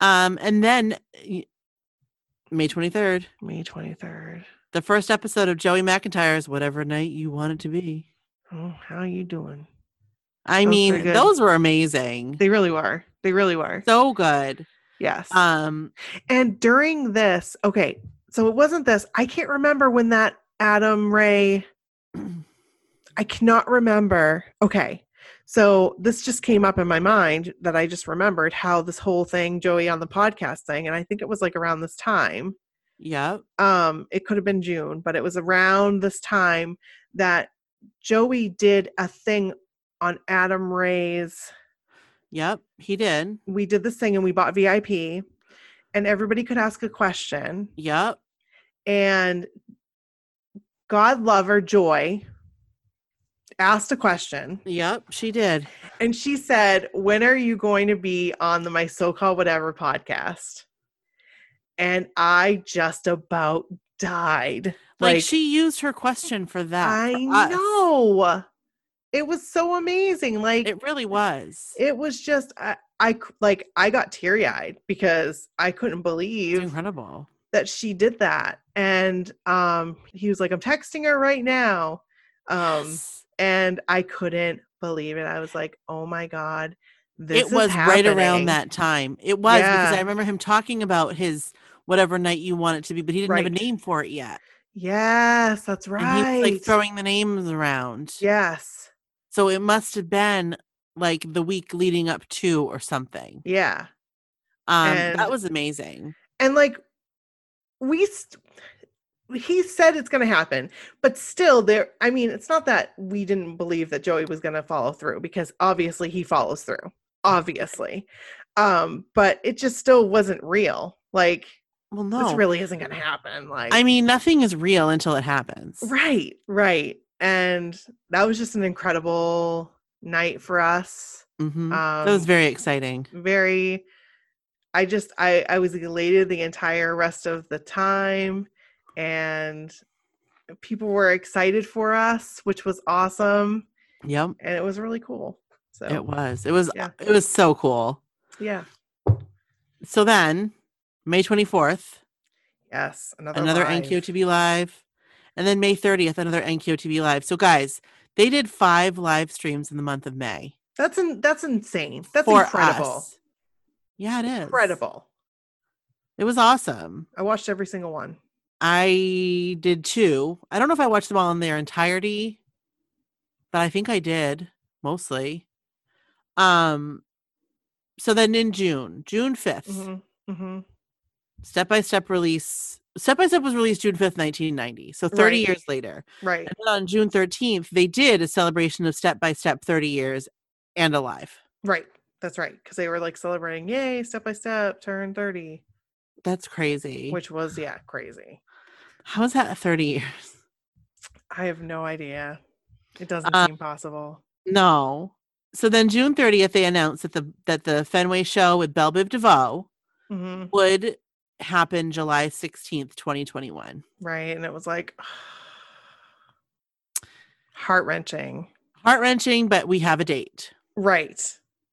Um, and then y- May 23rd, May twenty third. the first episode of Joey McIntyre's Whatever Night You Want It to Be. Oh, how are you doing? I Those were mean, good. those were amazing. They really were. They really were. so good. yes. Um, and during this, okay, so it wasn't this. I can't remember when that Adam Ray. I cannot remember. Okay, So this just came up in my mind that I just remembered how this whole thing, Joey on the podcast thing, and I think it was like around this time. Yep. Um, it could have been June, but it was around this time that Joey did a thing on Adam Ray's. Yep. He did. We did this thing and we bought VIP, and everybody could ask a question. Yep. And God lover Joy asked a question. Yep. She did. And she said, When are you going to be on the My So Called Whatever podcast? And I just about died. Like, she used her question for that. I for us. know. It was so amazing. Like, it, It really was. was just, I, I c- like, I got teary eyed because I couldn't It's believe incredible. that she did that. And um, he was like, I'm texting her right now. Um, Yes. and I couldn't believe it. I was like, "Oh my god, this it is was right happening." around that time. It was because Yeah. I remember him talking about his whatever night you want it to be, but he didn't have a Right. name for it yet. Yes, that's And he right. was like throwing the names around. yes, So it must have been like the week leading up to or something. yeah, Um, And- that was amazing. and like we, st- he said it's going to happen, but still, there. I mean, it's not that we didn't believe that Joey was going to follow through because obviously he follows through, obviously, um, but it just still wasn't real. Like Well, no, this really isn't going to happen. Like I mean, nothing is real until it happens. Right, right. And that was just an incredible night for us. Mhm. Um, that was very exciting. very I just I I was elated the entire rest of the time and people were excited for us, which was awesome Yep, and it was really cool. So it was. It was. yeah. It was so cool. yeah, So then, May twenty fourth, yes, another another live. NQOTB live, and then May 30th, another NQOTB live. So guys, they did five live streams in the month of May. That's in, that's insane. That's for incredible. us. Yeah, it is Incredible. It was awesome. I watched every single one. I did too. I don't know if I watched them all in their entirety, but I think I did mostly. Um, so then in June, June 5th Mm-hmm. Mm-hmm. Step by Step release. Step by Step was released June fifth, nineteen ninety. So thirty Right. years later. Right. And then on June 13th, they did a celebration of Step by Step 30 years and Alive. Right. That's right. Because they were like celebrating, yay, step by step, turn 30, That's crazy. which was, yeah, crazy. How is that 30 years? I have no idea. It doesn't Uh, seem possible. No. So then June 30th, they announced that the that the Fenway show with Belle Biv DeVoe hmm would happen July 16th, 2021. Right. And it was like heart wrenching. Heart wrenching, but we have a date. Right.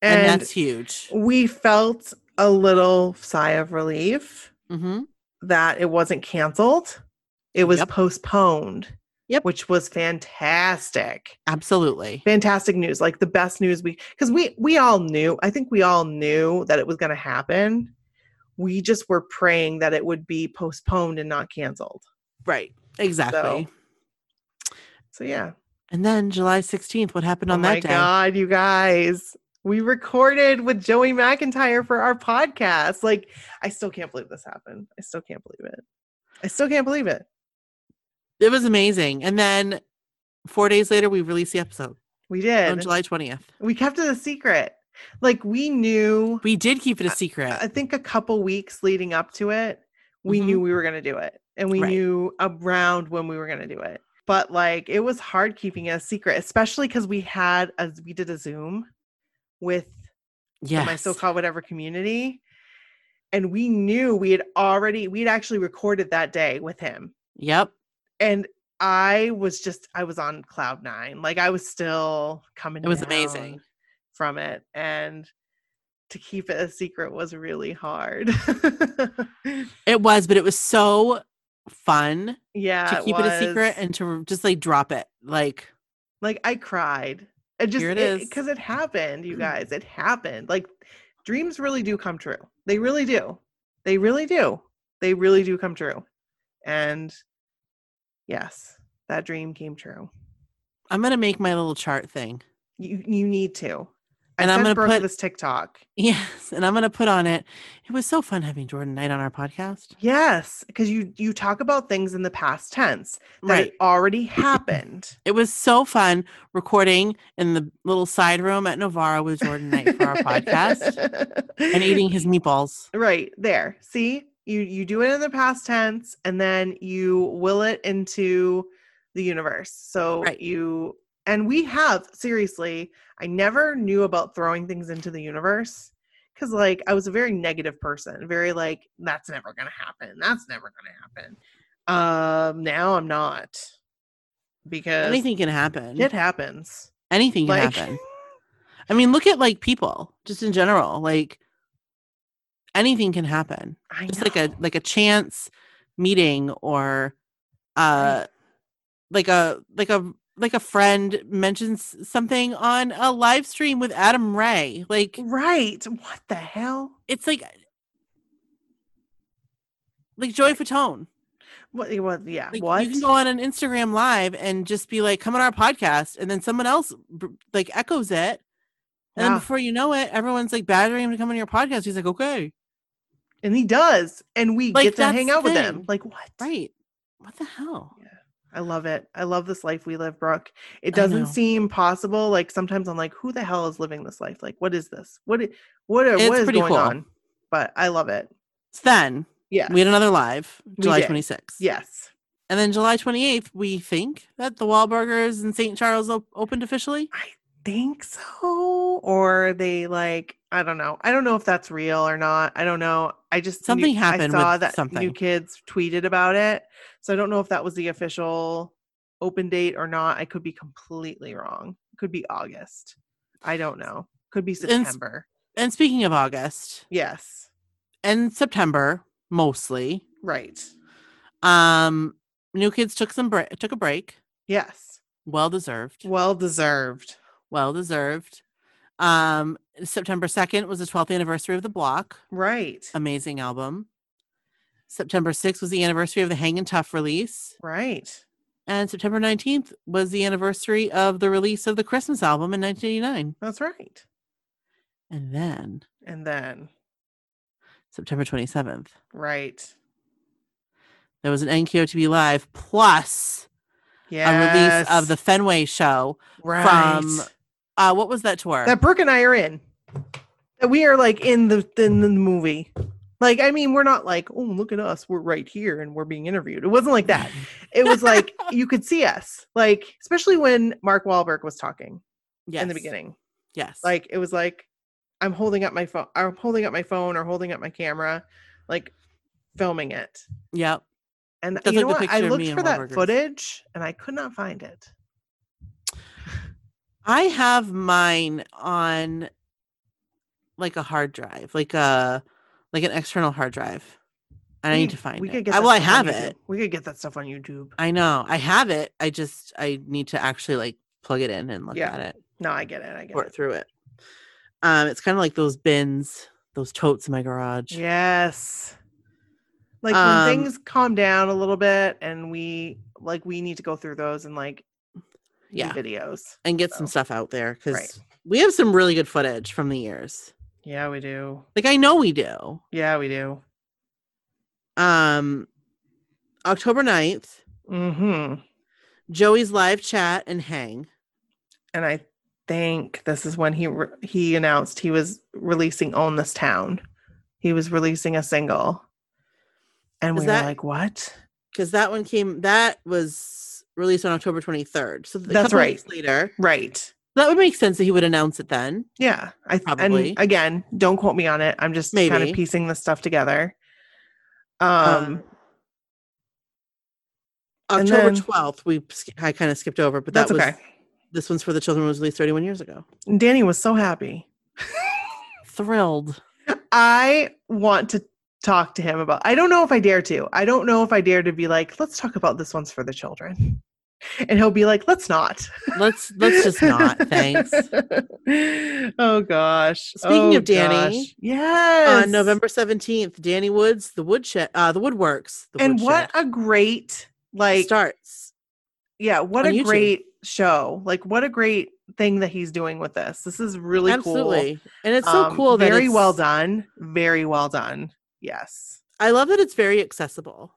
And, And, that's huge. we felt a little sigh of relief hmm that it wasn't canceled, it was Yep. postponed. Yep. Which was fantastic. Absolutely. fantastic news like the best news we because we we all knew i think we all knew that it was going to happen we just were praying that it would be postponed and not canceled Right. Exactly. so yeah And then July 16th, what happened oh on that my day? god you guys we recorded with joey mcintyre for our podcast like i still can't believe this happened i still can't believe it i still can't believe it It was amazing. And then four days later, we released the episode. we did on July 20th. we kept it a secret like we knew We did keep it a secret. I think a couple weeks leading up to it, we Mhm. knew we were going to do it and we Right. knew around when we were going to do it. But like it was hard keeping it a secret, especially because we had a we did a Zoom with the yes. my so-called whatever community. And we knew we had already we'd actually recorded that day with him. Yep. And I was just I was on cloud nine. Like I was still coming It was amazing. down from it. And to keep it a secret was really hard. It was, but it was so fun yeah. to keep it, a secret was. and to just like drop it. Like like I cried. It just Here it is. because it, happened, you guys. It happened. Like dreams really do come true. They really do. They really do. They really do come true. And yes, that dream came true. I'm gonna make my little chart thing. You you need to. I And I'm sent gonna Brooke put- this TikTok. Yes, and I'm going to put on it. It was so fun having Jordan Knight on our podcast. Yes, because you you talk about things in the past tense that Right. it already happened. It was so fun recording in the little side room at Novara with Jordan Knight for our podcast and eating his meatballs. Right there. See, you you do it in the past tense, and then you will it into the universe. So Right. you and we have seriously. I never knew about throwing things into the universe because, like, I was a very negative person. Very like that's never gonna happen. That's never gonna happen. Um, now I'm not because Anything can happen. it happens. Anything can Like- happen. I mean, look at like people just in general. Like anything can happen. I Just like know. a like a chance meeting or uh like a like a like a friend mentions something on a live stream with Adam Mm. Ray. Like right. What the hell? it's like like Joy Fatone. What? What? Yeah. Like, what? you can go on an Instagram live and just be like, "Come on our podcast," and then someone else br- like echoes it, and then Yeah. before you know it, everyone's like badgering him to come on your podcast. He's like, "Okay, And he does. And we Like, get to that's hang the out with him. thing. Like, what? right? What the hell?" I love it. I love this life we live, Brooke. It I doesn't know. seem possible. Like sometimes I'm like, who the hell is living this life? Like, what is this? What i- what, are, It's what is pretty going cool. on? But I love it. So then Yeah. we had another live, We July did. twenty sixth. yes. and then July twenty eighth, we think that the Wahlburgers in St. Charles op- opened officially. Think so. Or they like, I don't know. I don't know if that's real or not. I don't know. I just knew- Something I happened with saw that new something. kids tweeted about it. So I don't know if that was the official open date or not. I could be completely wrong. It could be August. I don't know. Could be And s- September. And speaking of August Yes. and September, mostly, Right. um, New Kids took some bre- took a break. Yes. Well deserved. Well deserved. well deserved. Um, September 2nd was the 12th anniversary of The Block, Right. amazing album. September 6th was the anniversary of the Hangin' Tough release. Right. And September 19th was the anniversary of the release of the Christmas album in 1989. That's right. And then And then September 27th, right. there was an NKOTB Live plus Yes. a release of the Fenway show. right. Uh, what was that tour? that Brooke and I are in. That we are like in the in the movie. Like I mean, we're not like, oh look at us, we're right here and we're being interviewed. It wasn't like that. It was like you could see us. Like especially when Mark Wahlberg was talking yes. in the beginning. Yes. Like it was like I'm holding up my phone. I'm holding up my phone or holding up my camera, like filming it. yep. And That's you know like the what? I picture of looked me and for that Wahlburgers. footage and I could not find it. I have mine on like a hard drive, like a like an external hard drive. And I We need could- to find we it. Could get I, that well, I stuff on have YouTube. it. We could get that stuff on YouTube. I know. I have it. I just I need to actually like plug it in and look Yeah, at it, No, I get it. I get sort it. through it. Um, it's kind of like those bins, those totes in my garage. Yes. Like Um, when things calm down a little bit and we like we need to go through those and like do Yeah, videos. and get some so- stuff out there because Right. we have some really good footage from the years. Yeah, we do. Like I know we do. Yeah, we do. Um, October 9th, Mhm. Joey's live chat and hang. And I think this is when he re- he announced he was releasing Own This Town. He was releasing a single. And Is we that- were like, "What?" because that one came that was released on October 23rd. So a That's couple right. weeks later, Right. that would make sense that he would announce it then. Yeah, I th- Probably. And again, don't quote me on it. I'm just kind Maybe. of piecing this stuff together. Um, Um, and October then- 12th, we sk- I kind of skipped over, but that that's was okay. this one's for the children was released 31 years ago. And Danny was so happy. Thrilled. I want to talk to him about. I don't know if I dare to. I don't know if I dare to be like, let's talk about this one's for the children. And he'll be like, let's not. Let's let's just not. Thanks. oh gosh. Speaking Oh, of Danny, gosh. yes. On November 17th, Danny Woods, the woodshed, uh the woodworks. The And Woodshed, what a great like starts. yeah, what on a YouTube. great show. Like, what a great thing that he's doing with this. This is really Absolutely. cool. And it's so Um, cool that very it's- well done. Very well done. Yes. I love that it's very accessible.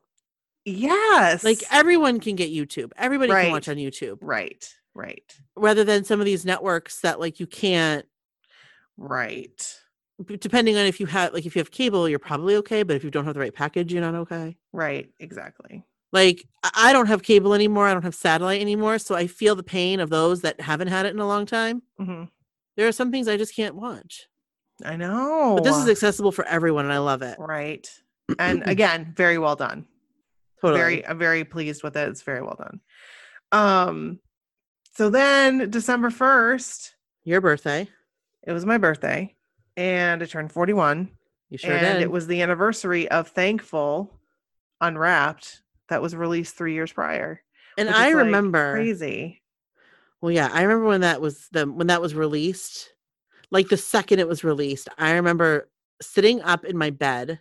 Yes. Like everyone can get YouTube. Everybody can watch Right. on YouTube. right, right, Rather than some of these networks that like you can't right, b- depending on if you have like if you have cable, you're probably okay, but if you don't have the right package, you're not okay. right. Exactly. Like I- I don't have cable anymore. I don't have satellite anymore, so I feel the pain of those that haven't had it in a long time. hmm There are some things I just can't watch. I know. But this is accessible for everyone and I love it. right. And again, very well done. Totally. Very, I'm very pleased with it. It's very well done. Um, so then December first, Your birthday. it was my birthday, and I turned 41. You sure and did. it was the anniversary of Thankful Unwrapped that was released three years prior. and which is, I like, remember Crazy. Well, yeah, I remember when that was the when that was released. Like the second it was released, I remember sitting up in my bed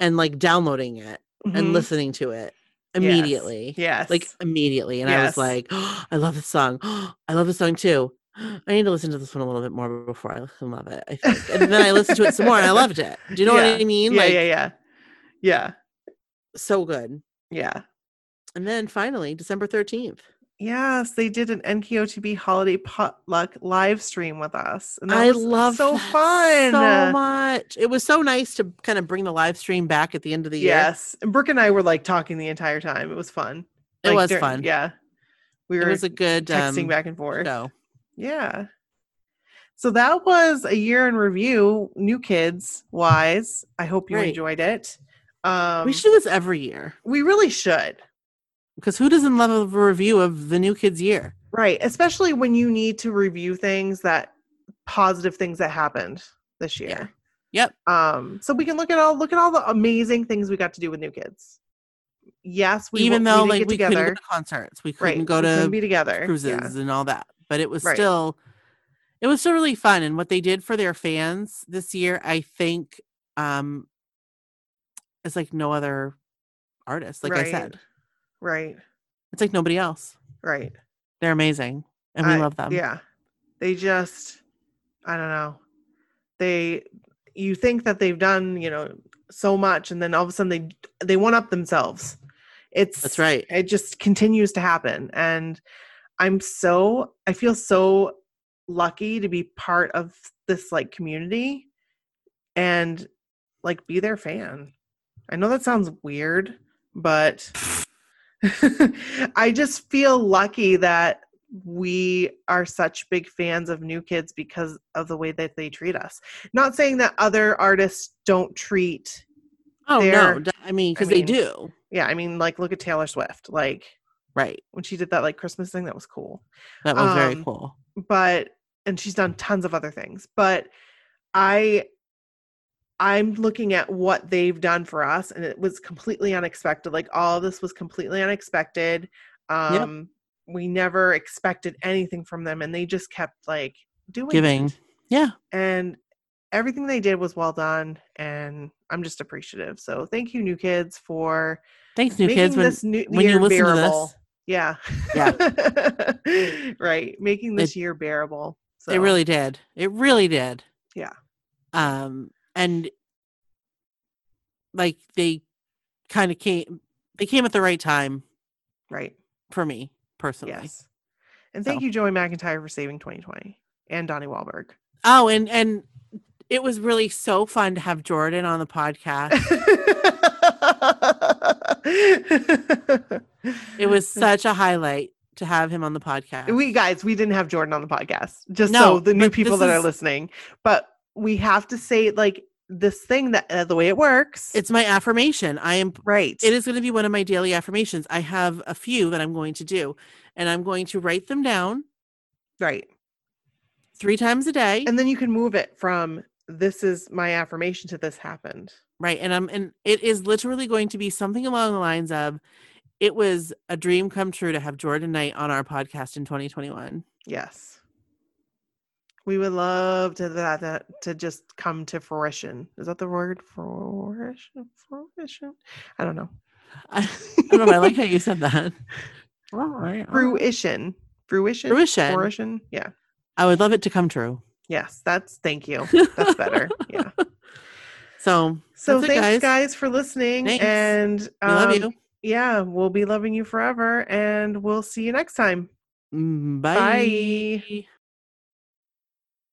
and like downloading it Mhm. and listening to it Yes. immediately. Yes. Like immediately. And I was Yes. like, I love this song. I love this song too. I need to listen to this one a little bit more before I can love it. I think. And then I listened to it some more and I loved it. Do you know what I mean? yeah, like yeah, yeah, yeah, so good. yeah. And then finally, December 13th. Yes, they did an NKOTB holiday potluck live stream with us. And that I was love so that fun. so much. It was so nice to kind of bring the live stream back at the end of the year. Yes, and Brooke and I were like talking the entire time. It was fun. It Like, was during- fun. Yeah, we it were was a good texting um, back and forth. show. Yeah. So that was a year in review, new kids wise. I hope you Right. enjoyed it. Um, we should do this every year we really should. because who doesn't love a review of the new kids year? Right. Especially when you need to review things that positive things that happened this year. Yep. Um, so we can look at all look at all the amazing things we got to do with new kids. Yes, we Even wa- though we didn't like get we together. couldn't go to concerts, we couldn't right. go we couldn't to be together. yeah. cruises and all that, but it was Right. still it was still really fun. And what they did for their fans this year, I think, um, is like no other artist. Like I Right. said, Right. it's like nobody else. Right. They're amazing, and we I- love them. Yeah. They just I don't know. They you think that they've done, you know, so much and then all of a sudden they they one up themselves. It's That's right. It just continues to happen and I'm so I feel so lucky to be part of this like community and like be their fan. I know that sounds weird, but I just feel lucky that we are such big fans of new kids because of the way that they treat us. Not saying that other artists don't treat, Oh no, They're- d- I mean, I because mean- they do, yeah, I mean, like, look at Taylor Swift. Like, right? when she did that, like, Christmas thing, that was cool. That was very Um, cool. but and she's done tons of other things but i i'm looking at what they've done for us and it was completely unexpected like all of this was completely unexpected um we never expected anything from them and they just kept like doing Giving. it. Yeah. and everything they did was well done and i'm just appreciative so thank you new kids for Thanks, new making kids. When this new when you year listen to this- bearable. Yeah. Yeah. right. Making this It- year bearable. So It really did. It really did. Yeah. Um, and like they kind of came, they came at the right time right. for me personally. Yes. And thank So. you, Joey McIntyre, for saving 2020 and Donnie Wahlberg. Oh, and and it was really so fun to have Jordan on the podcast. it was such a highlight to have him on the podcast. we guys, we didn't have Jordan on the podcast. Just No, so the new but people this that are is- listening. But we have to say like this thing that uh, the way it works. it's my affirmation. I am right. It is going to be one of my daily affirmations. I have a few that I'm going to do, and I'm going to write them down right. three times a day. and then you can move it from this is my affirmation to this happened right, and I'm and it is literally going to be something along the lines of, "It was a dream come true to have Jordan Knight on our podcast in 2021." yes we would love to that, that to just come to fruition is that the word fruition fruition i don't know I, I don't know. but I like how you said that. All right. all right. Fruition. Fruition. Fruition. Fruition. Yeah. I would love it to come true. Yes. That's thank you. That's better. Yeah. So So That's it, thanks guys. guys. for listening. Thanks. And we love um, you. yeah, we'll be loving you forever and we'll see you next time. Mm, Bye. bye.